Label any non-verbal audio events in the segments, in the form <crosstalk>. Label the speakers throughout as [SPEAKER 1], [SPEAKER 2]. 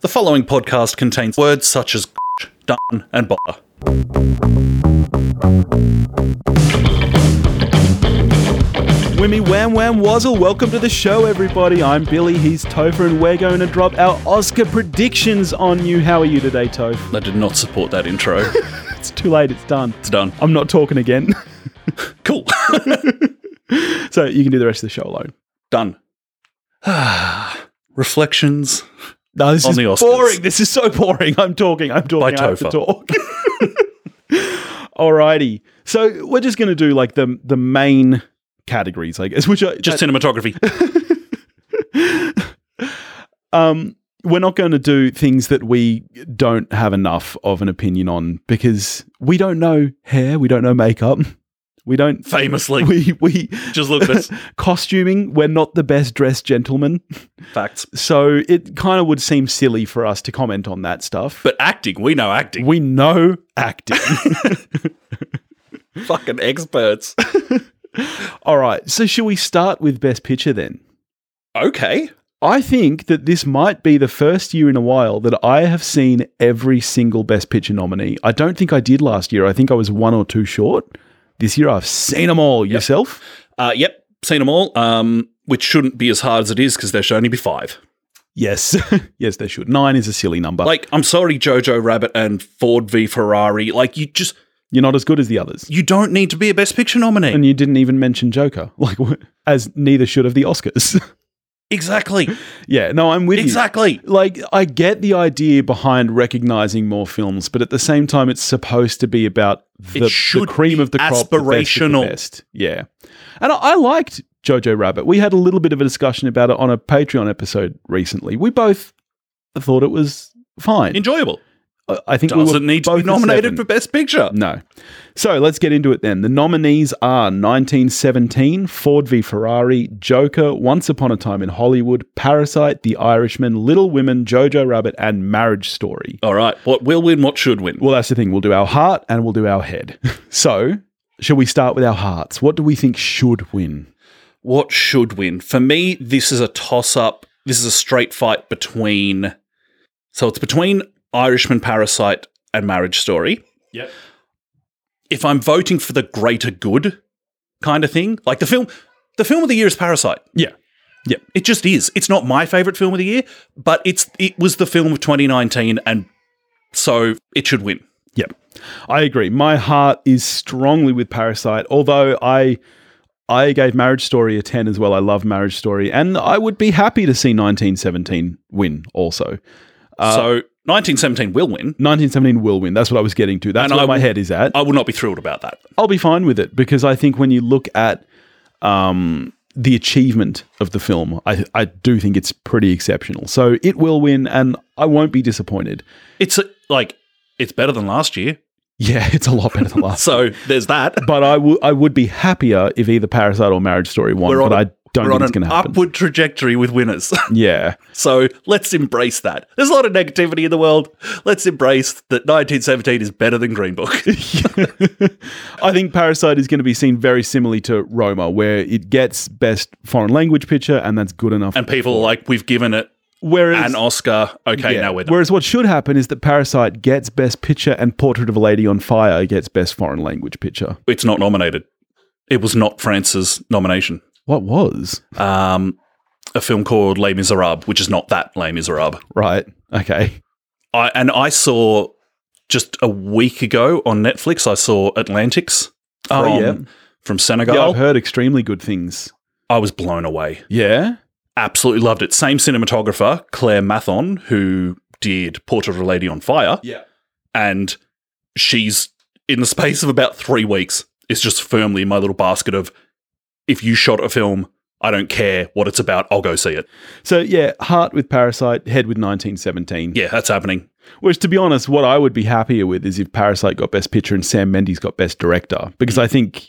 [SPEAKER 1] The following podcast contains words such as done and bother.
[SPEAKER 2] Wimmy Wham Wham Wazzle, welcome to the show, everybody. I'm Billy, he's Topher, and we're going to drop our Oscar predictions on you. How are you today, Toph?
[SPEAKER 1] I did not support that <laughs> intro.
[SPEAKER 2] It's too late, it's done.
[SPEAKER 1] It's done.
[SPEAKER 2] I'm not talking again, <laughs>
[SPEAKER 1] Cool. <laughs>
[SPEAKER 2] so you can do the rest of the show alone.
[SPEAKER 1] done. <sighs> Reflections.
[SPEAKER 2] No, this
[SPEAKER 1] On
[SPEAKER 2] is
[SPEAKER 1] the Oscars.
[SPEAKER 2] boring. This is so boring. I'm talking. I'm talking. I have to
[SPEAKER 1] Topher.
[SPEAKER 2] talk. <laughs> Alrighty. So we're just going to do like the the main categories, I guess. Which are
[SPEAKER 1] Just <laughs> cinematography.
[SPEAKER 2] um, we're not going to do things that we don't have enough of an opinion on because we don't know hair, we don't know makeup, <laughs> we don't
[SPEAKER 1] Famously.
[SPEAKER 2] <laughs> we we
[SPEAKER 1] Just look at us.
[SPEAKER 2] costuming. We're not the best dressed gentlemen,
[SPEAKER 1] <laughs> Facts.
[SPEAKER 2] so it kind of would seem silly for us to comment on that stuff.
[SPEAKER 1] But acting, we know acting.
[SPEAKER 2] we know acting. <laughs>
[SPEAKER 1] fucking experts.
[SPEAKER 2] All right, so should we start with best picture then?
[SPEAKER 1] <laughs> Okay.
[SPEAKER 2] I think that this might be the first year in a while that I have seen every single Best Picture nominee. I don't think I did last year. I think I was one or two short. This year I've seen them all. Yourself?
[SPEAKER 1] Uh, yep. Seen them all. Um, which shouldn't be as hard as it is because there should only be five.
[SPEAKER 2] Yes. <laughs> yes, they should. Nine is a silly number.
[SPEAKER 1] Like, I'm sorry, Jojo Rabbit and Ford v Ferrari. Like, you just,
[SPEAKER 2] You're not as good as the others.
[SPEAKER 1] you don't need to be a Best Picture nominee.
[SPEAKER 2] And you didn't even mention Joker, <laughs> like wh- as neither should have the Oscars. <laughs>
[SPEAKER 1] <laughs> exactly.
[SPEAKER 2] yeah, no, I'm with you.
[SPEAKER 1] Exactly.
[SPEAKER 2] like I get the idea behind recognizing more films, but at the same time, it's supposed to be about the, the
[SPEAKER 1] should
[SPEAKER 2] cream
[SPEAKER 1] be
[SPEAKER 2] of the crop, the best of the
[SPEAKER 1] aspirational.
[SPEAKER 2] best. Yeah, and I, I liked Jojo Rabbit. We had a little bit of a discussion about it on a Patreon episode recently. We both thought it was fine.
[SPEAKER 1] Enjoyable.
[SPEAKER 2] I- I think we
[SPEAKER 1] Doesn't
[SPEAKER 2] were
[SPEAKER 1] need to
[SPEAKER 2] both
[SPEAKER 1] be
[SPEAKER 2] a
[SPEAKER 1] nominated
[SPEAKER 2] seven.
[SPEAKER 1] for Best Picture.
[SPEAKER 2] No. So let's get into it then. The nominees are 1917, Ford v Ferrari, Joker, Once Upon a Time in Hollywood, Parasite, The Irishman, Little Women, Jojo Rabbit, and Marriage Story.
[SPEAKER 1] All right. What will win? What should win?
[SPEAKER 2] Well, that's the thing. We'll do our heart and we'll do our head. <laughs> so, shall we start with our hearts? What do we think should win?
[SPEAKER 1] What should win? For me, this is a toss up. This is a straight fight between. So it's between Irishman Parasite and Marriage Story.
[SPEAKER 2] Yep.
[SPEAKER 1] If I'm voting for the greater good kind of thing, like the film, the film of the year is Parasite.
[SPEAKER 2] Yeah. Yep.
[SPEAKER 1] It just is. It's not my favorite film of the year, but it's it was the film of 2019, and so it should win.
[SPEAKER 2] Yep. I agree. My heart is strongly with Parasite, although I I gave Marriage Story a 10 as well. I love Marriage Story and I would be happy to see 1917 win also. Uh,
[SPEAKER 1] so 1917 will win.
[SPEAKER 2] 1917 will win. That's what I was getting to. That's
[SPEAKER 1] And
[SPEAKER 2] where
[SPEAKER 1] I
[SPEAKER 2] my
[SPEAKER 1] will-
[SPEAKER 2] head is at.
[SPEAKER 1] I will not be thrilled about that.
[SPEAKER 2] I'll be fine with it because I think when you look at um, the achievement of the film, I, I do think it's pretty exceptional. So it will win and I won't be disappointed.
[SPEAKER 1] It's a, like it's better than last year.
[SPEAKER 2] Yeah, <laughs> it's a lot better than last
[SPEAKER 1] So there's that.
[SPEAKER 2] but I wou- I would be happier if either Parasite or Marriage Story won.
[SPEAKER 1] We're on
[SPEAKER 2] but
[SPEAKER 1] a-
[SPEAKER 2] I <laughs> don't
[SPEAKER 1] We're
[SPEAKER 2] think
[SPEAKER 1] on
[SPEAKER 2] it's
[SPEAKER 1] an
[SPEAKER 2] going to happen.
[SPEAKER 1] upward trajectory with winners. <laughs>
[SPEAKER 2] yeah, <laughs>
[SPEAKER 1] so let's embrace that. There's a lot of negativity in the world. Let's embrace that 1917 is better than Green Book. <laughs>
[SPEAKER 2] I think Parasite is going to be seen very similarly to Roma, where it gets best foreign language picture, and that's good enough.
[SPEAKER 1] and people are like, we've given it
[SPEAKER 2] whereas,
[SPEAKER 1] an Oscar. Okay,
[SPEAKER 2] yeah,
[SPEAKER 1] now we're done.
[SPEAKER 2] whereas what should happen is that Parasite gets best picture, and Portrait of a Lady on Fire gets best foreign language picture.
[SPEAKER 1] It's not nominated. It was not France's nomination.
[SPEAKER 2] What was
[SPEAKER 1] Um, a film called Les Miserables, which is not that Les Miserables.
[SPEAKER 2] right? Okay,
[SPEAKER 1] I, and I saw just a week ago on Netflix, I saw Atlantics from,
[SPEAKER 2] Oh, yeah.
[SPEAKER 1] from
[SPEAKER 2] yeah,
[SPEAKER 1] Senegal.
[SPEAKER 2] I've heard extremely good things.
[SPEAKER 1] I was blown away.
[SPEAKER 2] Yeah,
[SPEAKER 1] Absolutely loved it. Same cinematographer, Claire Mathon, who did Portrait of a Lady on Fire.
[SPEAKER 2] yeah.
[SPEAKER 1] And she's, in the space of about three weeks, is just firmly in my little basket of if you shot a film, I don't care what it's about, I'll go see it.
[SPEAKER 2] So yeah, heart with Parasite, head with 1917.
[SPEAKER 1] Yeah, that's happening.
[SPEAKER 2] Which, to be honest, what I would be happier with is if Parasite got Best Picture and Sam Mendes got Best Director, because I think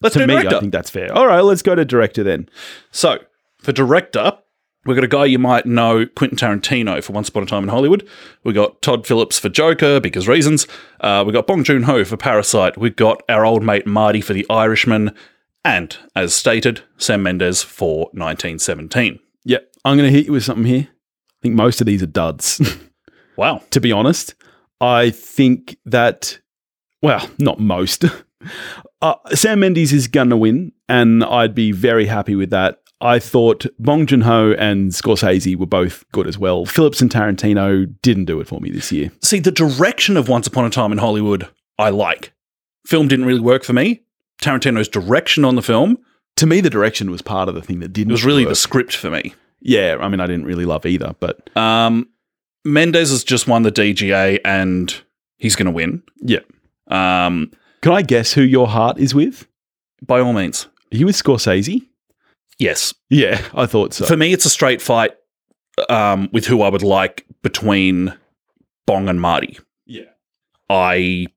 [SPEAKER 1] Let's
[SPEAKER 2] to
[SPEAKER 1] do
[SPEAKER 2] me,
[SPEAKER 1] director.
[SPEAKER 2] I think that's fair. All right, let's go to director then.
[SPEAKER 1] So, for director, we've got a guy you might know, Quentin Tarantino, for Once Upon a Time in Hollywood. we got Todd Phillips for Joker, because reasons. Uh, we got Bong Joon Ho for Parasite. We've got our old mate Marty for The Irishman. And, as stated, Sam Mendes for 1917.
[SPEAKER 2] Yep, I'm going to hit you with something here. I think most of these are duds. <laughs>
[SPEAKER 1] Wow.
[SPEAKER 2] to be honest. I think that, well, not most. <laughs> uh, Sam Mendes is going to win, and I'd be very happy with that. I thought Bong Joon Ho and Scorsese were both good as well. Phillips and Tarantino didn't do it for me this year.
[SPEAKER 1] See, the direction of Once Upon a Time in Hollywood, I like. Film didn't really work for me. Tarantino's direction on the film,
[SPEAKER 2] To me, the direction was part of the thing that didn't.
[SPEAKER 1] it was really the
[SPEAKER 2] work.
[SPEAKER 1] script for me.
[SPEAKER 2] yeah. I mean, I didn't really love either, but
[SPEAKER 1] Um, Mendez has just won the DGA and he's going to win.
[SPEAKER 2] yeah.
[SPEAKER 1] Um,
[SPEAKER 2] Can I guess who your heart is with?
[SPEAKER 1] by all means,
[SPEAKER 2] Are you with Scorsese?
[SPEAKER 1] yes.
[SPEAKER 2] Yeah, I thought so.
[SPEAKER 1] For me, it's a straight fight um, with who I would like between Bong and Marty.
[SPEAKER 2] yeah,
[SPEAKER 1] I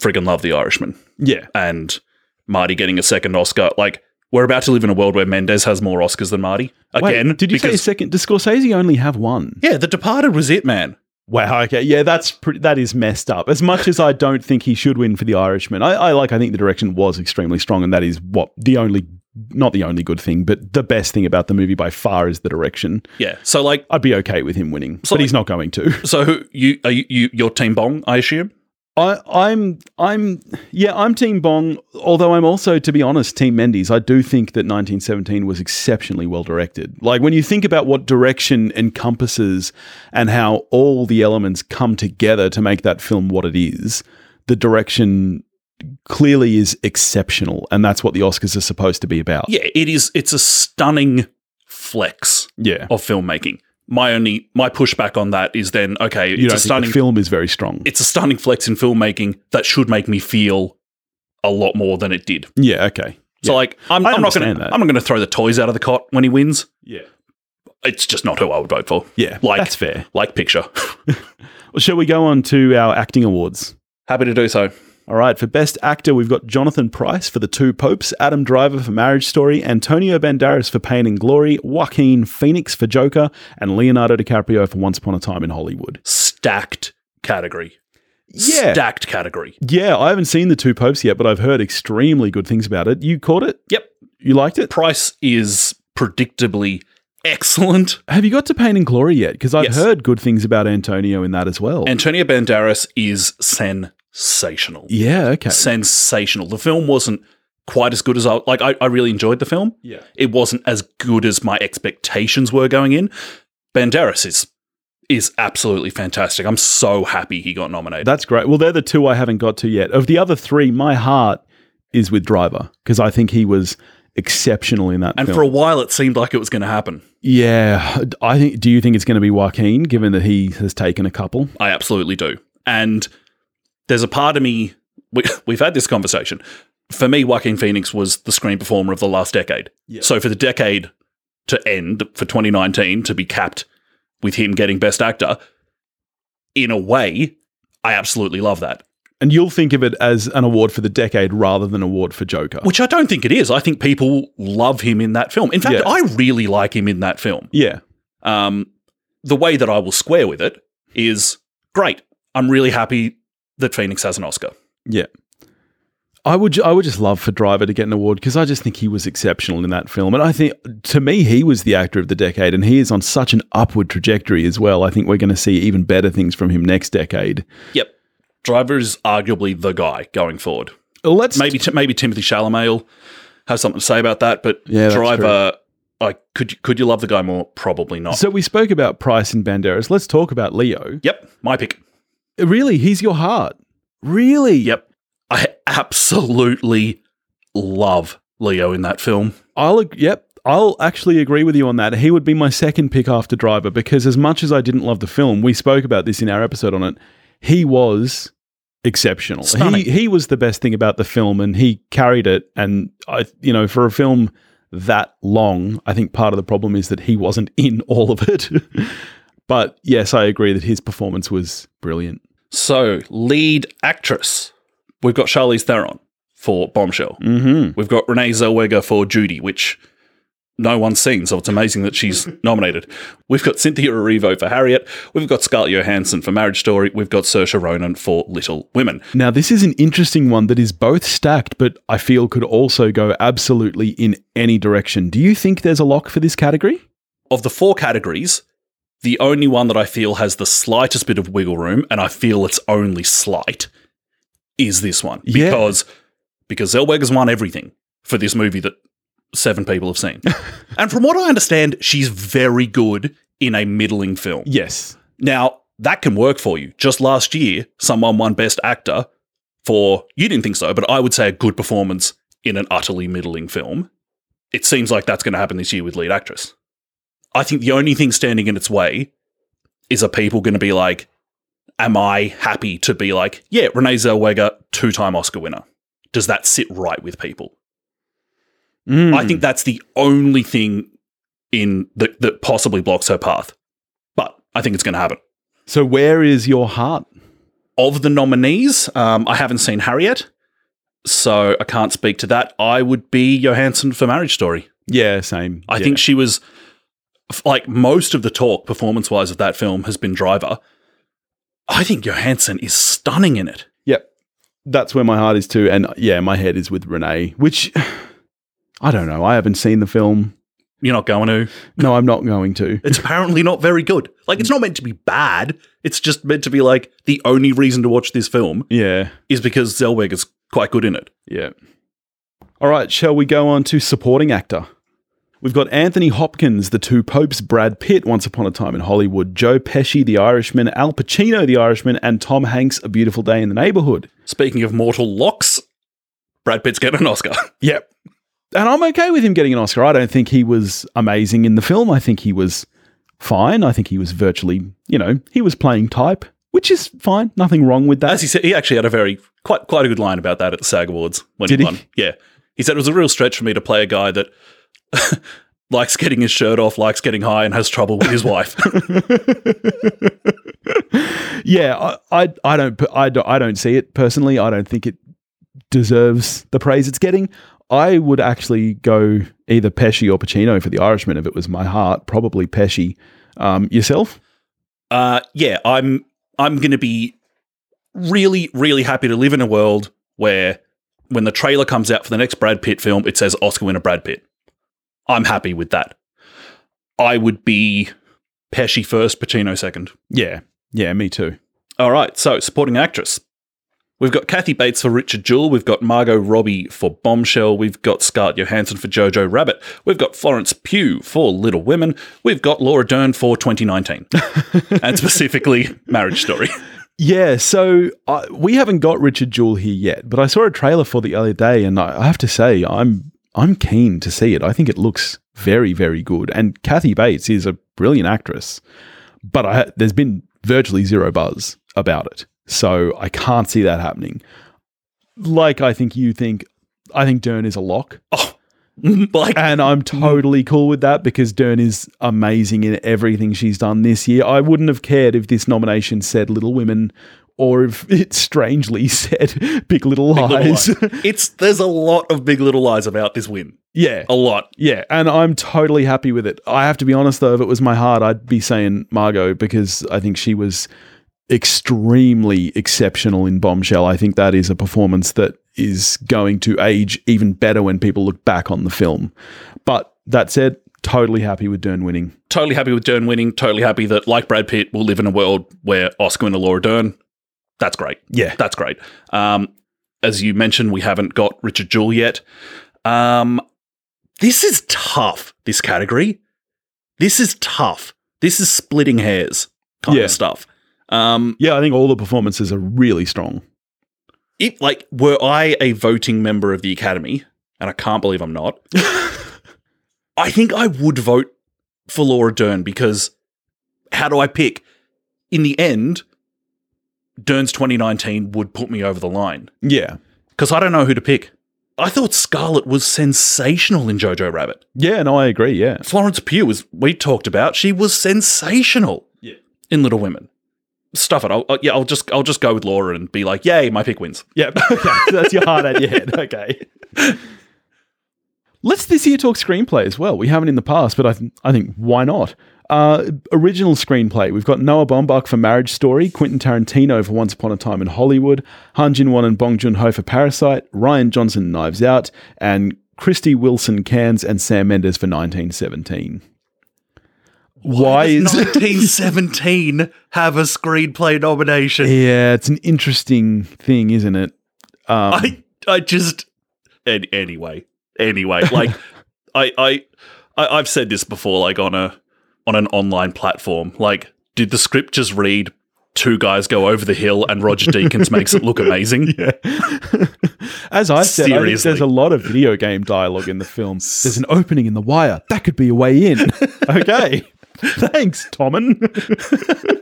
[SPEAKER 1] friggin' love The Irishman
[SPEAKER 2] yeah,
[SPEAKER 1] and Marty getting a second Oscar. Like, we're about to live in a world where Mendez has more Oscars than Marty.
[SPEAKER 2] Wait,
[SPEAKER 1] Again,
[SPEAKER 2] did you say
[SPEAKER 1] because-
[SPEAKER 2] second? Does Scorsese only have one?
[SPEAKER 1] Yeah, The Departed was it, man.
[SPEAKER 2] Wow. Okay. Yeah, that's pretty, that is messed up. As much as I don't think he should win for the Irishman, I, I like. I think the direction was extremely strong, and that is what the only, not the only good thing, but the best thing about the movie by far is the direction.
[SPEAKER 1] Yeah. So like,
[SPEAKER 2] I'd be okay with him winning,
[SPEAKER 1] So,
[SPEAKER 2] but he's not going to.
[SPEAKER 1] so who- you are you, you your team Bong, I assume.
[SPEAKER 2] I, I'm, I'm, yeah, I'm Team Bong. Although I'm also, to be honest, Team Mendes. I do think that 1917 was exceptionally well directed. Like when you think about what direction encompasses and how all the elements come together to make that film what it is, the direction clearly is exceptional, and that's what the Oscars are supposed to be about.
[SPEAKER 1] Yeah, it is. It's a stunning flex
[SPEAKER 2] yeah.
[SPEAKER 1] of filmmaking. My only my pushback on that is then okay, it's
[SPEAKER 2] You
[SPEAKER 1] a
[SPEAKER 2] don't think
[SPEAKER 1] stunning
[SPEAKER 2] the film is very strong.
[SPEAKER 1] it's a stunning flex in filmmaking that should make me feel a lot more than it did.
[SPEAKER 2] yeah. Okay.
[SPEAKER 1] So like, I'm,
[SPEAKER 2] I
[SPEAKER 1] I'm not going
[SPEAKER 2] understand
[SPEAKER 1] to
[SPEAKER 2] that.
[SPEAKER 1] I'm not going to throw the toys out of the cot when he wins.
[SPEAKER 2] Yeah.
[SPEAKER 1] It's just not who I would vote for.
[SPEAKER 2] Yeah.
[SPEAKER 1] Like-
[SPEAKER 2] that's fair.
[SPEAKER 1] Like picture, <laughs>
[SPEAKER 2] Well, shall we go on to our acting awards?
[SPEAKER 1] happy to do so.
[SPEAKER 2] All right, for Best Actor, we've got Jonathan Price for The Two Popes, Adam Driver for Marriage Story, Antonio Banderas for Pain and Glory, Joaquin Phoenix for Joker, and Leonardo DiCaprio for Once Upon a Time in Hollywood.
[SPEAKER 1] Stacked category.
[SPEAKER 2] Yeah.
[SPEAKER 1] Stacked category.
[SPEAKER 2] Yeah, I haven't seen The Two Popes yet, but I've heard extremely good things about it. You caught it?
[SPEAKER 1] Yep.
[SPEAKER 2] You liked it?
[SPEAKER 1] Price is predictably excellent.
[SPEAKER 2] Have you got to Pain and Glory yet? Because I've
[SPEAKER 1] Yes.
[SPEAKER 2] heard good things about Antonio in that as well.
[SPEAKER 1] Antonio Banderas is sensational.
[SPEAKER 2] yeah, okay.
[SPEAKER 1] Sensational. The film wasn't quite as good as I like. I, I really enjoyed the film.
[SPEAKER 2] Yeah.
[SPEAKER 1] It wasn't as good as my expectations were going in. Banderas is is absolutely fantastic. I'm so happy he got nominated.
[SPEAKER 2] That's great. Well, they're the two I haven't got to yet. Of the other three, my heart is with Driver because I think he was exceptional in that
[SPEAKER 1] and
[SPEAKER 2] film.
[SPEAKER 1] for a while, it seemed like it was going to happen.
[SPEAKER 2] Yeah, I think. Do you think it's going to be Joaquin, given that he has taken a couple?
[SPEAKER 1] I absolutely do. And there's a part of me. We, <laughs> we've had this conversation. For me, Joaquin Phoenix was the screen performer of the last decade.
[SPEAKER 2] Yeah.
[SPEAKER 1] So for the decade to end for 2019 to be capped with him getting Best Actor, in a way, I absolutely love that.
[SPEAKER 2] And you'll think of it as an award for the decade rather than an award for Joker.
[SPEAKER 1] Which I don't think it is. I think people love him in that film. In fact,
[SPEAKER 2] Yeah.
[SPEAKER 1] I really like him in that film.
[SPEAKER 2] yeah,
[SPEAKER 1] Um, the way that I will square with it is great. I'm really happy that Phoenix has an Oscar.
[SPEAKER 2] yeah. I would, ju- I would just love for Driver to get an award because I just think he was exceptional in that film, and I think to me he was the actor of the decade, and he is on such an upward trajectory as well. I think we're going to see even better things from him next decade.
[SPEAKER 1] Yep. Driver is arguably the guy going forward.
[SPEAKER 2] Let's
[SPEAKER 1] Maybe maybe Timothy Chalamet will have something to say about that, but
[SPEAKER 2] Yeah, that's
[SPEAKER 1] Driver, like, could you, could you love the guy more? Probably not.
[SPEAKER 2] So we spoke about Price and Banderas. Let's talk about Leo.
[SPEAKER 1] yep, my pick.
[SPEAKER 2] Really, he's your heart. Really?
[SPEAKER 1] Yep, I absolutely love Leo in that film.
[SPEAKER 2] I'll ag- yep. I'll actually agree with you on that. He would be my second pick after Driver because as much as I didn't love the film, we spoke about this in our episode on it. He was exceptional. He
[SPEAKER 1] Stunning.
[SPEAKER 2] he was the best thing about the film and he carried it and I you know, for a film that long, I think part of the problem is that he wasn't <laughs> in all of it. but yes, I agree that his performance was brilliant.
[SPEAKER 1] So lead actress, we've got Charlize Theron for Bombshell.
[SPEAKER 2] Mhm.
[SPEAKER 1] We've got Renee Zellweger for Judy, which no one's seen, so it's amazing that she's nominated. We've got Cynthia Erivo for Harriet. We've got Scarlett Johansson for Marriage Story. We've got Saoirse Ronan for Little Women.
[SPEAKER 2] Now, this is an interesting one that is both stacked, but I feel could also go absolutely in any direction. Do you think there's a lock for this category?
[SPEAKER 1] Of the four categories, The only one that I feel has the slightest bit of wiggle room, and I feel it's only slight, is this one
[SPEAKER 2] Yeah.
[SPEAKER 1] because because Zellweger's won everything for this movie that seven people have seen, and from what I understand, she's very good in a middling film.
[SPEAKER 2] Yes.
[SPEAKER 1] Now, that can work for you. Just last year, someone won Best Actor for, you didn't think so, but I would say a good performance in an utterly middling film. It seems like that's going to happen this year with lead actress. I think the only thing standing in its way is are people going to be like, am I happy to be like, yeah, Renee Zellweger, two time Oscar winner? Does that sit right with people?
[SPEAKER 2] Hmm.
[SPEAKER 1] I think that's the only thing in that, that possibly blocks her path. But I think it's going to happen.
[SPEAKER 2] So where is your heart?
[SPEAKER 1] of the nominees, um, I haven't seen Harriet, so I can't speak to that. I would be Johansson for Marriage Story.
[SPEAKER 2] Yeah, same.
[SPEAKER 1] I
[SPEAKER 2] Yeah.
[SPEAKER 1] think she was f- like most of the talk performance wise of that film has been Driver. I think Johansson is stunning in it.
[SPEAKER 2] Yep. That's where my heart is too. And yeah, my head is with Renee, which <sighs> I don't know. I haven't seen the film.
[SPEAKER 1] You're not going to.
[SPEAKER 2] No, I'm not going to.
[SPEAKER 1] It's apparently not very good. Like, it's not meant to be bad. It's just meant to be like the only reason to watch this film
[SPEAKER 2] Yeah.
[SPEAKER 1] is because Zellweger's quite good in it.
[SPEAKER 2] Yeah. All right, shall we go on to supporting actor? We've got Anthony Hopkins, The Two Popes, Brad Pitt, Once Upon a Time in Hollywood, Joe Pesci, The Irishman, Al Pacino, The Irishman, and Tom Hanks, A Beautiful Day in the Neighborhood.
[SPEAKER 1] Speaking of mortal locks, Brad Pitt's getting an Oscar. <laughs>
[SPEAKER 2] Yep. And I'm okay with him getting an Oscar. I don't think he was amazing in the film. I think he was fine. I think he was virtually, you know, he was playing type, which is fine. Nothing wrong with that.
[SPEAKER 1] As he said, he actually had a very quite quite a good line about that at the SAG Awards when
[SPEAKER 2] Did
[SPEAKER 1] he
[SPEAKER 2] he?
[SPEAKER 1] won. Yeah, he said it was a real stretch for me to play a guy that <laughs> likes getting his shirt off, likes getting high, and has trouble with his wife.
[SPEAKER 2] yeah, I, I, I don't, p- I, don't- I don't see it personally. I don't think it deserves the praise it's getting. I would actually go either Pesci or Pacino for The Irishman if it was my heart. Probably Pesci. Um, yourself?
[SPEAKER 1] uh, yeah, I'm I'm going to be really really happy to live in a world where when the trailer comes out for the next Brad Pitt film, it says Oscar winner Brad Pitt. I'm happy with that. I would be Pesci first, Pacino second.
[SPEAKER 2] Yeah, yeah, me too.
[SPEAKER 1] All right, so supporting actress. We've got Kathy Bates for Richard Jewell. We've got Margot Robbie for Bombshell. We've got Scarlett Johansson for Jojo Rabbit. We've got Florence Pugh for Little Women. We've got Laura Dern for 2019, and specifically Marriage Story. <laughs>
[SPEAKER 2] Yeah, so I, we haven't got Richard Jewell here yet, but I saw a trailer for the other day, and I, I have to say, I'm I'm keen to see it. I think it looks very, very good, and Kathy Bates is a brilliant actress, but I, there's been virtually zero buzz about it, so I can't see that happening. Like I think you think, I think Dern is a lock,
[SPEAKER 1] like,
[SPEAKER 2] and I'm
[SPEAKER 1] Mm.
[SPEAKER 2] totally cool with that because Dern is amazing in everything she's done this year. I wouldn't have cared if this nomination said Little Women or if <laughs> it strangely said Big Little
[SPEAKER 1] Little
[SPEAKER 2] Lies.
[SPEAKER 1] Lies. it's there's a lot of Big Little Lies about this win.
[SPEAKER 2] <laughs> yeah.
[SPEAKER 1] A lot.
[SPEAKER 2] Yeah, and I'm totally happy with it. I have to be honest though, if it was my heart, I'd be saying Margot because I think she was extremely exceptional in Bombshell. I think that is a performance that is going to age even better when people look back on the film. But that said, totally happy with Dern winning.
[SPEAKER 1] Totally happy with Dern winning. Totally happy that, like Brad Pitt, we'll live in a world where Oscar and Laura Dern. That's great.
[SPEAKER 2] Yeah.
[SPEAKER 1] That's great. Um, as you mentioned, we haven't got Richard Jewell yet. Um, this is tough, this category. This is tough. This is splitting hairs kind
[SPEAKER 2] Yeah.
[SPEAKER 1] of stuff. Um,
[SPEAKER 2] Yeah, I think all the performances are really strong.
[SPEAKER 1] it, like, were I a voting member of the Academy, and I can't believe I'm not, I think I would vote for Laura Dern because how do I pick? In the end, Dern's 2019 would put me over the line.
[SPEAKER 2] Yeah.
[SPEAKER 1] because I don't know who to pick. I thought Scarlett was sensational in Jojo Rabbit.
[SPEAKER 2] Yeah, no, I agree. Yeah.
[SPEAKER 1] Florence Pugh, as we talked about, she was sensational
[SPEAKER 2] Yeah.
[SPEAKER 1] in Little Women. Stuff it. I'll, I'll- yeah, I'll just I'll just go with Laura and be like, "Yay, my pick wins."
[SPEAKER 2] Yeah. <laughs> Okay. So that's your heart at your head. Okay. Let's this year talk screenplay as well. We haven't in the past, but I, th- I think why not? Uh, original screenplay. We've got Noah Baumbach for Marriage Story, Quentin Tarantino for Once Upon a Time in Hollywood, Han Jin Won and Bong Joon Ho for Parasite, Ryan Johnson Knives Out, and Christy Wilson Cairns and Sam Mendes for 1917. Why
[SPEAKER 1] Does
[SPEAKER 2] <laughs> is
[SPEAKER 1] 1917 have a screenplay nomination?
[SPEAKER 2] Yeah, it's an interesting thing, isn't it? Um,
[SPEAKER 1] I I just an- anyway anyway like I, I I I've said this before like on a on an online platform like did the script just read two guys go over the hill and Roger Deakins makes it look amazing
[SPEAKER 2] yeah. As I said, I think there's
[SPEAKER 1] Seriously.
[SPEAKER 2] a lot of video game dialogue in the film. There's an opening in the wire. That could be a way in. okay. <laughs> Thanks, Tommen. <laughs>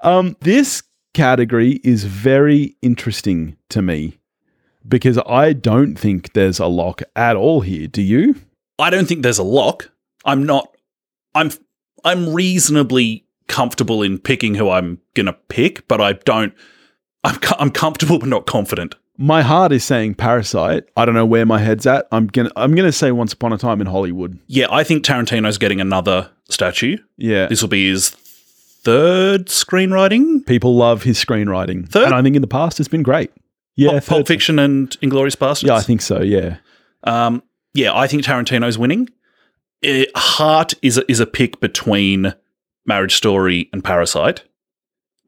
[SPEAKER 2] um, this category is very interesting to me because I don't think there's a lock at all here. Do you?
[SPEAKER 1] I don't think there's a lock I'm not I'm I'm reasonably comfortable in picking who I'm gonna pick but I don't I'm co- I'm comfortable but not confident
[SPEAKER 2] My heart is saying Parasite. I don't know where my head's at. I'm gonna I'm gonna say Once Upon a Time in Hollywood.
[SPEAKER 1] yeah I think Tarantino's getting another statue
[SPEAKER 2] Yeah.
[SPEAKER 1] This will be his third screenwriting.
[SPEAKER 2] People love his screenwriting.
[SPEAKER 1] Third?
[SPEAKER 2] And I think in the past it's been great. Yeah,
[SPEAKER 1] Pulp, Pulp
[SPEAKER 2] third-
[SPEAKER 1] Fiction and Inglorious Bastards.
[SPEAKER 2] Yeah, I think so. Yeah.
[SPEAKER 1] um, yeah, I think Tarantino's winning. It, Heart is a, is a pick between Marriage Story and Parasite.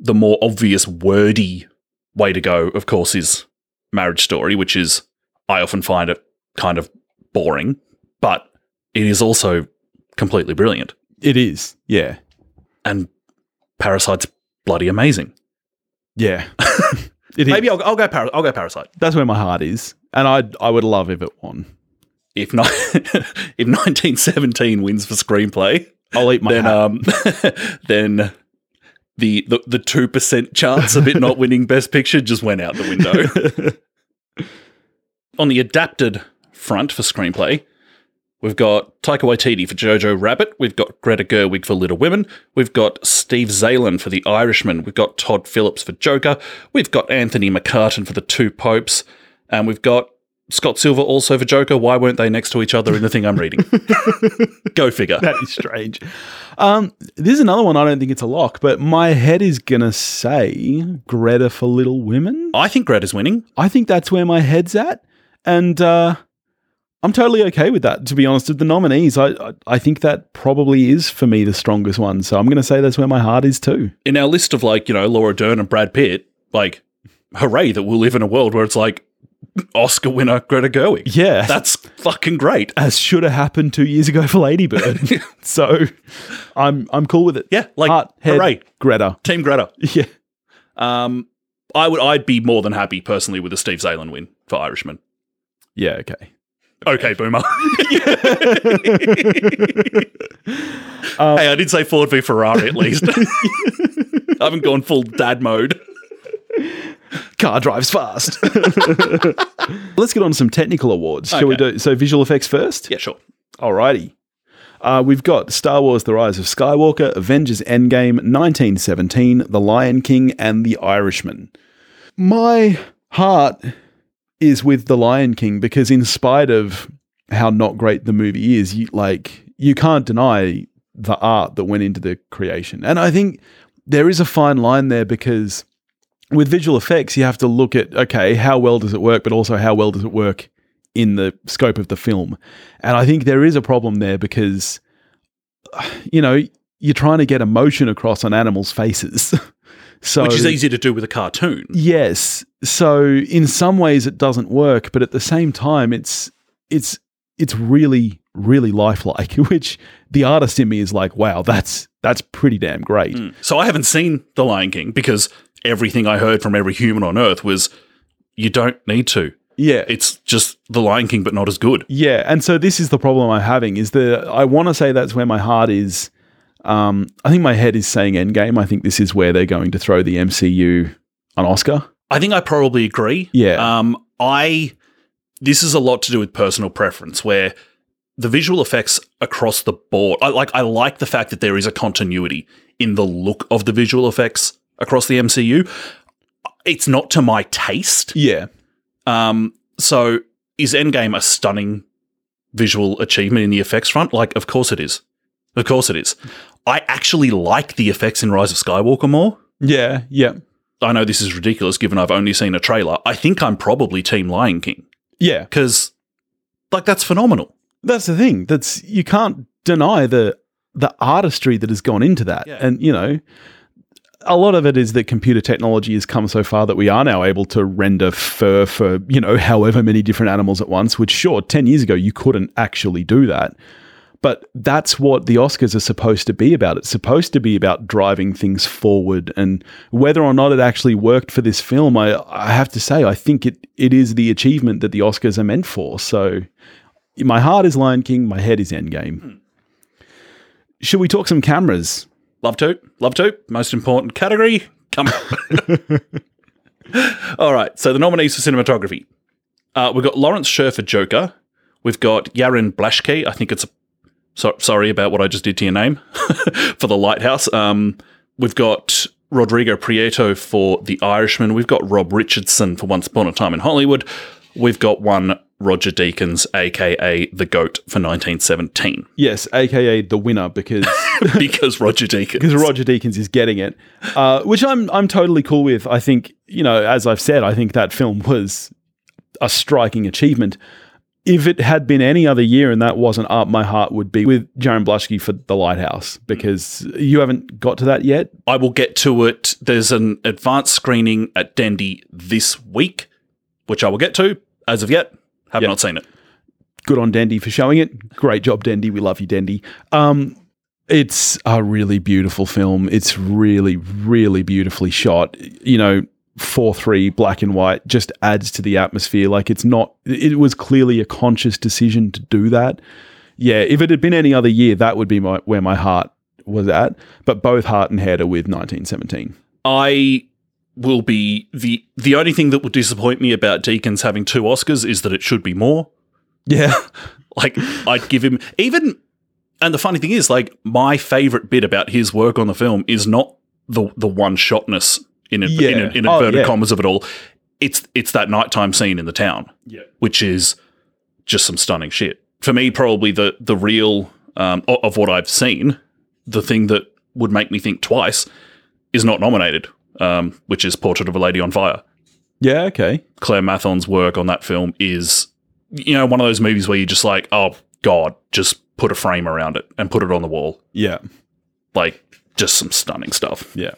[SPEAKER 1] The more obvious, wordy way to go, of course, is Marriage Story, which is I often find it kind of boring, but it is also completely brilliant.
[SPEAKER 2] It is. Yeah.
[SPEAKER 1] And Parasite's bloody amazing. <laughs>
[SPEAKER 2] Yeah. it is.
[SPEAKER 1] Maybe I'll, I'll go. Para- I'll go Parasite.
[SPEAKER 2] That's where my heart is. And I I would love if it won.
[SPEAKER 1] if not <laughs> if 1917 wins for screenplay,
[SPEAKER 2] I'll eat my
[SPEAKER 1] then
[SPEAKER 2] hat.
[SPEAKER 1] um <laughs> then the the the two percent chance of it not winning Best Picture just went out the
[SPEAKER 2] <laughs>
[SPEAKER 1] window. On the adapted front for screenplay, we've got Taika Waititi for Jojo Rabbit, we've got Greta Gerwig for Little Women, we've got Steve Zalen for The Irishman, we've got Todd Phillips for Joker, we've got Anthony McCartan for The Two Popes, and we've got Scott Silver also for Joker. Why weren't they next to each other in the thing I'm reading? Go figure.
[SPEAKER 2] that is strange. Um, this is another one I don't think it's a lock, but my head is gonna say Greta for Little Women.
[SPEAKER 1] I think Greta's winning.
[SPEAKER 2] I think that's where my head's at, and uh, I'm totally okay with that. To be honest, with the nominees, I, I I think that probably is for me the strongest one. So I'm gonna say that's where my heart is too.
[SPEAKER 1] in our list of like you know Laura Dern and Brad Pitt, like hooray that we'll live in a world where it's like Oscar winner Greta Gerwig.
[SPEAKER 2] Yeah,
[SPEAKER 1] That's fucking great.
[SPEAKER 2] as should have happened two years ago
[SPEAKER 1] <laughs>
[SPEAKER 2] for Ladybird. so I'm I'm cool with it.
[SPEAKER 1] Yeah, like
[SPEAKER 2] Heart, head,
[SPEAKER 1] hooray,
[SPEAKER 2] Greta.
[SPEAKER 1] Team Greta.
[SPEAKER 2] Yeah.
[SPEAKER 1] Um, I would I'd be more than happy personally with a Steve Zalen win for Irishman.
[SPEAKER 2] Yeah, okay.
[SPEAKER 1] Okay,
[SPEAKER 2] <laughs>
[SPEAKER 1] boomer.
[SPEAKER 2] Um,
[SPEAKER 1] hey, I did say Ford v Ferrari at
[SPEAKER 2] <laughs>
[SPEAKER 1] least. I haven't gone full dad mode.
[SPEAKER 2] Car
[SPEAKER 1] <laughs>
[SPEAKER 2] drives fast. <laughs> Let's get on to some technical awards. Shall we
[SPEAKER 1] Okay.
[SPEAKER 2] do so visual effects first?
[SPEAKER 1] Yeah, sure.
[SPEAKER 2] Alrighty. Uh, we've got Star Wars The Rise of Skywalker, Avengers Endgame, 1917, The Lion King, and The Irishman. My heart is with The Lion King because, in spite of how not great the movie is, you, like you can't deny the art that went into the creation. And I think there is a fine line there because with visual effects, you have to look at okay, how well does it work, but also how well does it work in the scope of the film. And I think there is a problem there because, you know, you're trying to get emotion across on animals' faces. <laughs> so
[SPEAKER 1] Which is easy to do with a cartoon.
[SPEAKER 2] Yes. So in some ways it doesn't work, but at the same time it's it's it's really really lifelike, <laughs> which the artist in me is like, wow, that's that's pretty damn great.
[SPEAKER 1] Hmm. So I haven't seen The Lion King because everything I heard from every human on earth was you don't need to.
[SPEAKER 2] Yeah.
[SPEAKER 1] It's just The Lion King, but not as good.
[SPEAKER 2] Yeah, and so this is the problem I'm having is the I want to say that's where my heart is. Um, I think my head is saying Endgame. I think this is where they're going to throw the MCU an Oscar.
[SPEAKER 1] I think I probably agree.
[SPEAKER 2] Yeah.
[SPEAKER 1] Um, I this is a lot to do with personal preference where the visual effects across the board. I like I like the fact that there is a continuity in the look of the visual effects across the MCU. It's not to my taste.
[SPEAKER 2] Yeah,
[SPEAKER 1] Um, so is Endgame a stunning visual achievement in the effects front? Like, of course it is. Of course it is. I actually like the effects in Rise of Skywalker more.
[SPEAKER 2] yeah, yeah,
[SPEAKER 1] I know this is ridiculous given I've only seen a trailer. I think I'm probably Team Lion King
[SPEAKER 2] yeah.
[SPEAKER 1] because, like, that's phenomenal.
[SPEAKER 2] That's the thing. That's you can't deny the the artistry that has gone into that.
[SPEAKER 1] Yeah.
[SPEAKER 2] And, you know, a lot of it is that computer technology has come so far that we are now able to render fur for, you know, however many different animals at once, which, sure, 10 years ago, you couldn't actually do that. But that's what the Oscars are supposed to be about. It's supposed to be about driving things forward. And whether or not it actually worked for this film, I, I have to say, I think it, it is the achievement that the Oscars are meant for. So my heart is Lion King, my head is Endgame. Should we talk some cameras?
[SPEAKER 1] Love to. Love to. Most important category. Come on. <laughs> All right. So the nominees for cinematography. Uh, we've got Lawrence Sher for Joker. We've got Yaron Blashke. I think it's. So, sorry about what I just did to your name <laughs> for The Lighthouse. Um, we've got Rodrigo Prieto for The Irishman. We've got Rob Richardson for Once Upon a Time in Hollywood. We've got one Roger Deakins, aka The Goat, for 1917
[SPEAKER 2] Yes, aka the winner because
[SPEAKER 1] <laughs> because Roger
[SPEAKER 2] because
[SPEAKER 1] Deakins.
[SPEAKER 2] Roger Deakins is getting it, uh, which I'm I'm totally cool with. I think you know, as I've said, I think that film was a striking achievement. If it had been any other year and that wasn't up, my heart would be with Jaron Blushke for The Lighthouse because you haven't got to that yet.
[SPEAKER 1] I will get to it. There's an advanced screening at Dandy this week, which I will get to. As of yet, have not seen it.
[SPEAKER 2] good on Dendy for showing it. Great job, Dendy. We love you, Dendy. Um, it's a really beautiful film. It's really, really beautifully shot. You know, 4 3 black and white just adds to the atmosphere. Like, it's not, it was clearly a conscious decision to do that. Yeah, if it had been any other year, that would be my, where my heart was at. But both heart and head are with 1917.
[SPEAKER 1] I will be the the only thing that will disappoint me about Deacons having two Oscars is that it should be more.
[SPEAKER 2] Yeah.
[SPEAKER 1] Like I'd give him even and the funny thing is, like, my favorite bit about his work on the film is not the the one shotness in, in, in,
[SPEAKER 2] Yeah.
[SPEAKER 1] in
[SPEAKER 2] Oh,
[SPEAKER 1] inverted
[SPEAKER 2] yeah.
[SPEAKER 1] commas of it all. It's it's that nighttime scene in the town.
[SPEAKER 2] Yeah.
[SPEAKER 1] which is just some stunning shit. For me, probably the the real um, o- of what I've seen, the thing that would make me think twice is not nominated, um, which is Portrait of a Lady on Fire.
[SPEAKER 2] <laughs> Yeah. Okay.
[SPEAKER 1] Claire Mathon's work on that film is, you know, one of those movies where you're just like, oh god, just put a frame around it and put it on the wall,
[SPEAKER 2] Yeah.
[SPEAKER 1] like just some stunning stuff.
[SPEAKER 2] Yeah.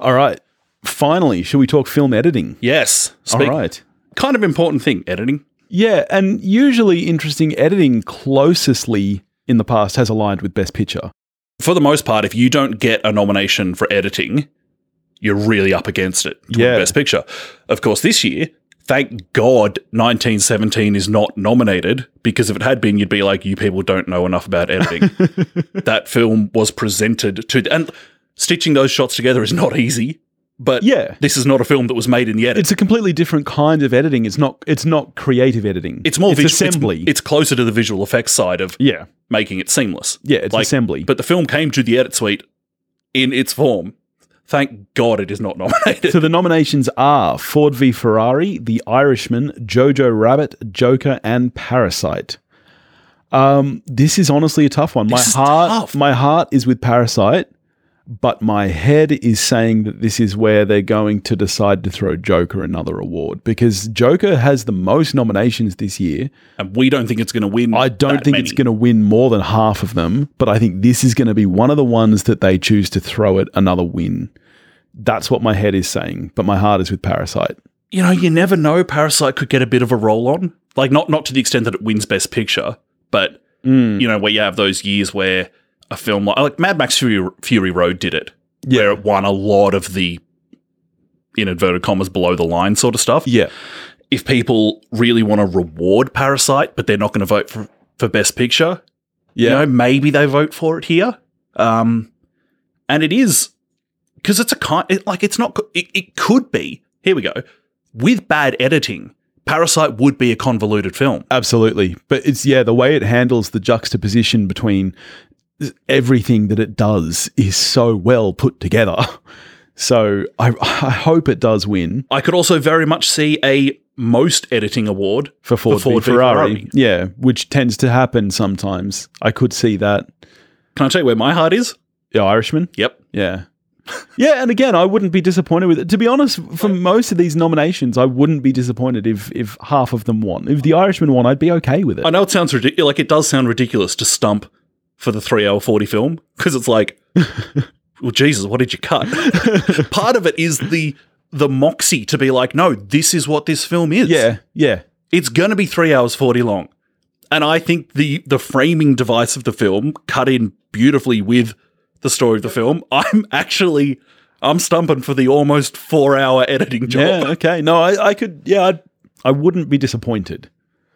[SPEAKER 2] All right. Finally, should we talk film editing?
[SPEAKER 1] Yes,
[SPEAKER 2] All
[SPEAKER 1] speak,
[SPEAKER 2] right.
[SPEAKER 1] kind of important thing, editing.
[SPEAKER 2] Yeah, and usually interesting editing closestly in the past has aligned with Best Picture.
[SPEAKER 1] For the most part, if you don't get a nomination for editing, you're really up against it. to win
[SPEAKER 2] Yeah.
[SPEAKER 1] Best Picture. Of course, this year, thank God 1917 is not nominated because if it had been, you'd be like, you people don't know enough about
[SPEAKER 2] <laughs>
[SPEAKER 1] editing. that film was presented to, and stitching those shots together is not easy, but
[SPEAKER 2] Yeah.
[SPEAKER 1] this is not a film that was made in the edit. It's,
[SPEAKER 2] It's a completely different kind of editing. It's not it's not creative editing.
[SPEAKER 1] more
[SPEAKER 2] it's
[SPEAKER 1] visual.
[SPEAKER 2] assembly.
[SPEAKER 1] It's, it's closer to the visual effects side of
[SPEAKER 2] yeah.
[SPEAKER 1] making it seamless.
[SPEAKER 2] Yeah, it's
[SPEAKER 1] Like,
[SPEAKER 2] assembly.
[SPEAKER 1] But the film came to the edit suite in its form. Thank God it is not <laughs> nominated.
[SPEAKER 2] <laughs> so the nominations are Ford v Ferrari, The Irishman, Jojo Rabbit, Joker, and Parasite. Um, this is honestly a tough one.
[SPEAKER 1] This is
[SPEAKER 2] my heart,
[SPEAKER 1] tough.
[SPEAKER 2] my heart is with Parasite, but my head is saying that this is where they're going to decide to throw Joker another award because Joker has the most nominations this year.
[SPEAKER 1] and we don't think it's going to win.
[SPEAKER 2] I don't think it's going to win more than half of them, but I think this is going to be one of the ones that they choose to throw it another win. That's what my head is saying, but my heart is with Parasite.
[SPEAKER 1] You know, you never know. Parasite could get a bit of a roll on. Like not not to the extent that it wins Best Picture, but
[SPEAKER 2] Mm.
[SPEAKER 1] you know where you have those years where a film like, like Mad Max Fury, Fury Road did it, where it won a lot of the in inverted commas below the line sort of stuff.
[SPEAKER 2] Yeah.
[SPEAKER 1] if people really want to reward Parasite, but they're not going to vote for, for Best Picture, you
[SPEAKER 2] Yeah.
[SPEAKER 1] know, maybe they vote for it here. Um, and it is because it's a kind it, like it's not co- it, it could be here we go with bad editing. Parasite would be a convoluted film.
[SPEAKER 2] Absolutely. But it's, yeah, the way it handles the juxtaposition between everything that it does is so well put together. <laughs> So I, I hope it does win
[SPEAKER 1] I could also very much see a most editing award.
[SPEAKER 2] for Ford,
[SPEAKER 1] Ford
[SPEAKER 2] v
[SPEAKER 1] v
[SPEAKER 2] Ferrari.
[SPEAKER 1] Ferrari.
[SPEAKER 2] Yeah, which tends to happen sometimes. I could see that.
[SPEAKER 1] Can I tell you where my heart is?
[SPEAKER 2] The Irishman.
[SPEAKER 1] Yep.
[SPEAKER 2] Yeah. Yeah, and again, I wouldn't be disappointed with it. To be honest, for most of these nominations, I wouldn't be disappointed if if half of them won. If the Irishman won, I'd be okay with it.
[SPEAKER 1] I know it sounds ridiculous. Like it does sound ridiculous to stump for the three hour forty film because it's
[SPEAKER 2] <laughs>
[SPEAKER 1] like, well, Jesus, what did you cut? Part of it is the the moxie to be like, no, this is what this film is.
[SPEAKER 2] Yeah, yeah.
[SPEAKER 1] it's going to be three hours forty long, and I think the the framing device of the film cut in beautifully with the story of the film. <laughs> I'm actually. I'm stumping for the almost four hour editing job.
[SPEAKER 2] Yeah, okay. No, I, I could, yeah, I'd, I wouldn't be disappointed.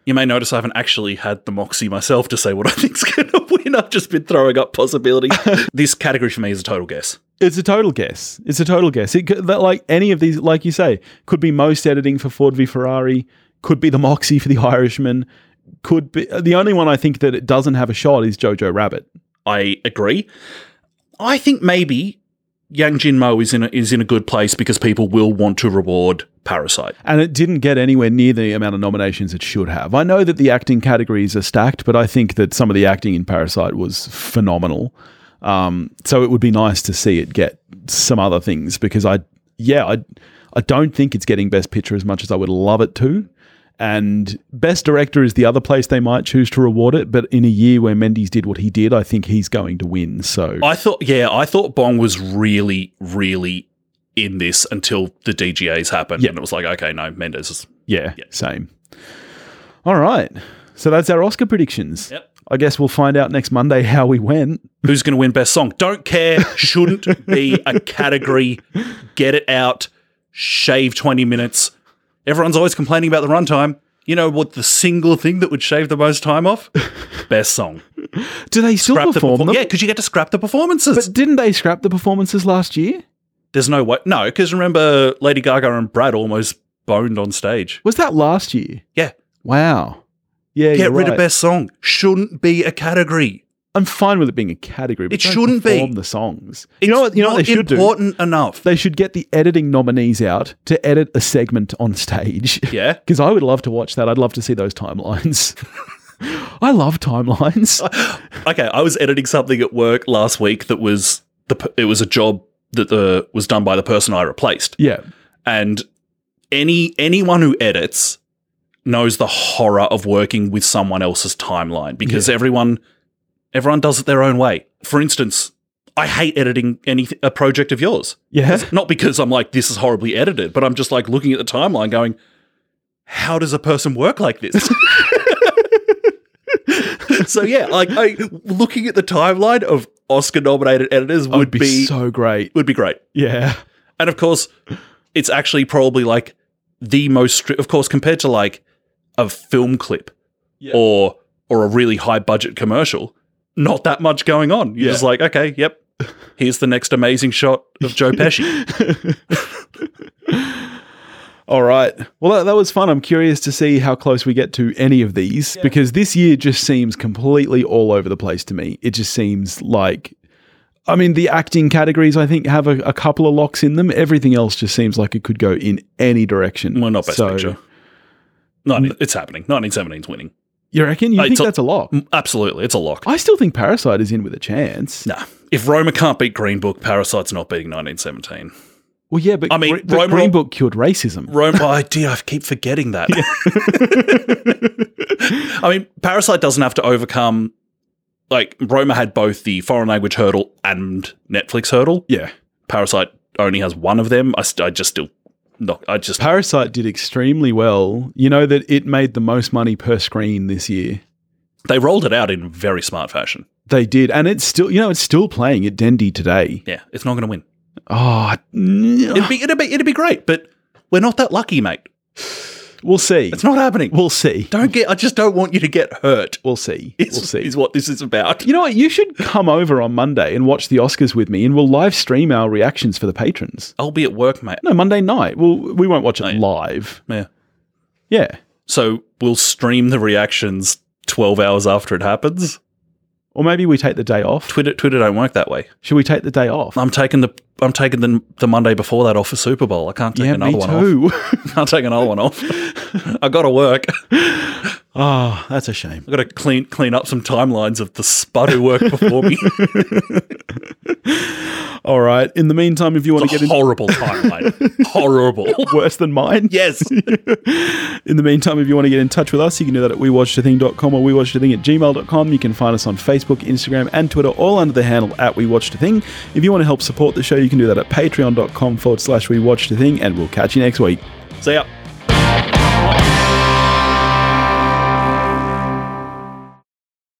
[SPEAKER 1] You may notice I haven't actually had the moxie myself to say what I <laughs> think's going to win. I've just been throwing up possibilities. this category for me is a total guess.
[SPEAKER 2] It's a total guess. It's a total guess. It could, that, like any of these, like you say, could be most editing for Ford v Ferrari, could be the Moxie for the Irishman, could be the only one I think that it doesn't have a shot is Jojo Rabbit.
[SPEAKER 1] I agree. I think maybe Yang Jin Mo is in a, is in a good place because people will want to reward Parasite.
[SPEAKER 2] And it didn't get anywhere near the amount of nominations it should have. I know that the acting categories are stacked, but I think that some of the acting in Parasite was phenomenal. Um, so it would be nice to see it get some other things because I, yeah, I, I don't think it's getting Best Picture as much as I would love it to. And Best Director is the other place they might choose to reward it. But in a year where Mendes did what he did, I think he's going to win. So
[SPEAKER 1] I thought, yeah, I thought Bong was really, really in this until the DGAs happened,
[SPEAKER 2] Yeah.
[SPEAKER 1] and it was like, okay, no, Mendes is
[SPEAKER 2] Yeah, same. All right. So that's our Oscar predictions.
[SPEAKER 1] Yep.
[SPEAKER 2] I guess we'll find out next Monday how we went.
[SPEAKER 1] Who's going to win best song? Don't care. Shouldn't be a category. Get it out. Shave 20 minutes. Everyone's always complaining about the runtime. You know what the single thing that would shave the most time off? Best song.
[SPEAKER 2] Do they still
[SPEAKER 1] Scrap the
[SPEAKER 2] perform
[SPEAKER 1] perform-
[SPEAKER 2] them?
[SPEAKER 1] Yeah, because you get to scrap the performances.
[SPEAKER 2] But didn't they scrap the performances last year?
[SPEAKER 1] There's no way. No, because remember Lady Gaga and Brad almost boned on stage.
[SPEAKER 2] Was that last year?
[SPEAKER 1] Yeah.
[SPEAKER 2] Wow. Yeah,
[SPEAKER 1] Get
[SPEAKER 2] you're
[SPEAKER 1] rid of
[SPEAKER 2] right.
[SPEAKER 1] best song. Shouldn't be a category.
[SPEAKER 2] I'm fine with it being a category. But
[SPEAKER 1] It
[SPEAKER 2] don't
[SPEAKER 1] shouldn't be.
[SPEAKER 2] perform the songs. you know what? You know what
[SPEAKER 1] Not
[SPEAKER 2] they should do.
[SPEAKER 1] important enough.
[SPEAKER 2] They should get the editing nominees out to edit a segment on stage. <laughs>
[SPEAKER 1] yeah.
[SPEAKER 2] Because I would love to watch that. I'd love to see those timelines. <laughs> I
[SPEAKER 1] <laughs>
[SPEAKER 2] love timelines.
[SPEAKER 1] <laughs> okay, I was editing something at work last week that was the p- it was a job that the was done by the person I replaced,
[SPEAKER 2] yeah.
[SPEAKER 1] and any anyone who edits knows the horror of working with someone else's timeline because everyone everyone does it their own way. For instance, I hate editing any a project of yours.
[SPEAKER 2] Yeah.
[SPEAKER 1] Not because I'm like this is horribly edited, but I'm just like looking at the timeline going how does a person work like this? <laughs> so yeah, like I, looking at the timeline of Oscar nominated editors would, be,
[SPEAKER 2] so great.
[SPEAKER 1] would be great.
[SPEAKER 2] Yeah.
[SPEAKER 1] And of course, it's actually probably like the most stri- of course compared to like a film clip
[SPEAKER 2] Yeah.
[SPEAKER 1] or or a really high budget commercial, not that much going on. You're just
[SPEAKER 2] Yeah.
[SPEAKER 1] like, okay, yep. Here's the next amazing shot of
[SPEAKER 2] <laughs>
[SPEAKER 1] Joe Pesci.
[SPEAKER 2] All right. Well, that, that was fun. I'm curious to see how close we get to any of these because this year just seems completely all over the place to me. It just seems like, I mean, the acting categories I think have a, a couple of locks in them. Everything else just seems like it could go in any direction.
[SPEAKER 1] Well, not best
[SPEAKER 2] So,
[SPEAKER 1] picture. Not, it's happening. 1917's winning.
[SPEAKER 2] You reckon? You
[SPEAKER 1] Uh,
[SPEAKER 2] think
[SPEAKER 1] it's a-
[SPEAKER 2] that's a lock?
[SPEAKER 1] Absolutely, it's a lock.
[SPEAKER 2] I still think Parasite is in with a chance.
[SPEAKER 1] Nah. If Roma can't beat Green Book, Parasite's not beating 1917.
[SPEAKER 2] Well, yeah, but
[SPEAKER 1] I mean,
[SPEAKER 2] Gre- but
[SPEAKER 1] Rome-
[SPEAKER 2] Green Book
[SPEAKER 1] <laughs>
[SPEAKER 2] cured racism.
[SPEAKER 1] Roma, oh, dear, I keep forgetting that. I mean, Parasite doesn't have to overcome, like, Roma had both the foreign language hurdle and Netflix hurdle.
[SPEAKER 2] Yeah.
[SPEAKER 1] Parasite only has one of them. I, st- I just still, no, I just,
[SPEAKER 2] Parasite did extremely well. You know that it made the most money per screen this year.
[SPEAKER 1] they rolled it out in very smart fashion.
[SPEAKER 2] They did, and it's still you know it's still playing at Dendy today.
[SPEAKER 1] Yeah, it's not going to win.
[SPEAKER 2] Oh,
[SPEAKER 1] It'd
[SPEAKER 2] n-
[SPEAKER 1] be, it'd, be, it'd be great, but we're not that lucky, mate.
[SPEAKER 2] we'll see.
[SPEAKER 1] It's not happening.
[SPEAKER 2] We'll see.
[SPEAKER 1] Don't get, I just don't want you to get hurt.
[SPEAKER 2] We'll see.
[SPEAKER 1] Is,
[SPEAKER 2] We'll see.
[SPEAKER 1] is what this is about.
[SPEAKER 2] You know what? You should come over on Monday and watch the Oscars with me, and we'll live stream our reactions for the patrons.
[SPEAKER 1] I'll be at work, mate.
[SPEAKER 2] No, Monday night. Well, we won't watch it live.
[SPEAKER 1] Yeah.
[SPEAKER 2] Yeah,
[SPEAKER 1] So we'll stream the reactions 12 hours after it happens.
[SPEAKER 2] or maybe we take the day off.
[SPEAKER 1] Twitter Twitter don't work that way.
[SPEAKER 2] Should we take the day off?
[SPEAKER 1] I'm taking the I'm taking the, the Monday before that off for Super Bowl. I can't take
[SPEAKER 2] Yeah,
[SPEAKER 1] another
[SPEAKER 2] me
[SPEAKER 1] one off. <laughs>
[SPEAKER 2] too. <laughs>
[SPEAKER 1] Can't take another one off. I got to work. I
[SPEAKER 2] oh, that's a shame.
[SPEAKER 1] got to clean clean up some timelines of the spud who worked before <laughs> me.
[SPEAKER 2] All right. In the meantime, if you want to get <laughs> into
[SPEAKER 1] horrible timeline. horrible.
[SPEAKER 2] worse than mine,
[SPEAKER 1] Yes.
[SPEAKER 2] In the meantime, if you want to get in touch with us, you can do that at wewatchedathing.com or wewatchedathing at gmail.com. You can find us on Facebook, Instagram, and Twitter, all under the handle at wewatchedathing. If you want to help support the show, you can do that at patreon.com forward slash wewatchedathing, and we'll catch you next week.
[SPEAKER 1] See ya.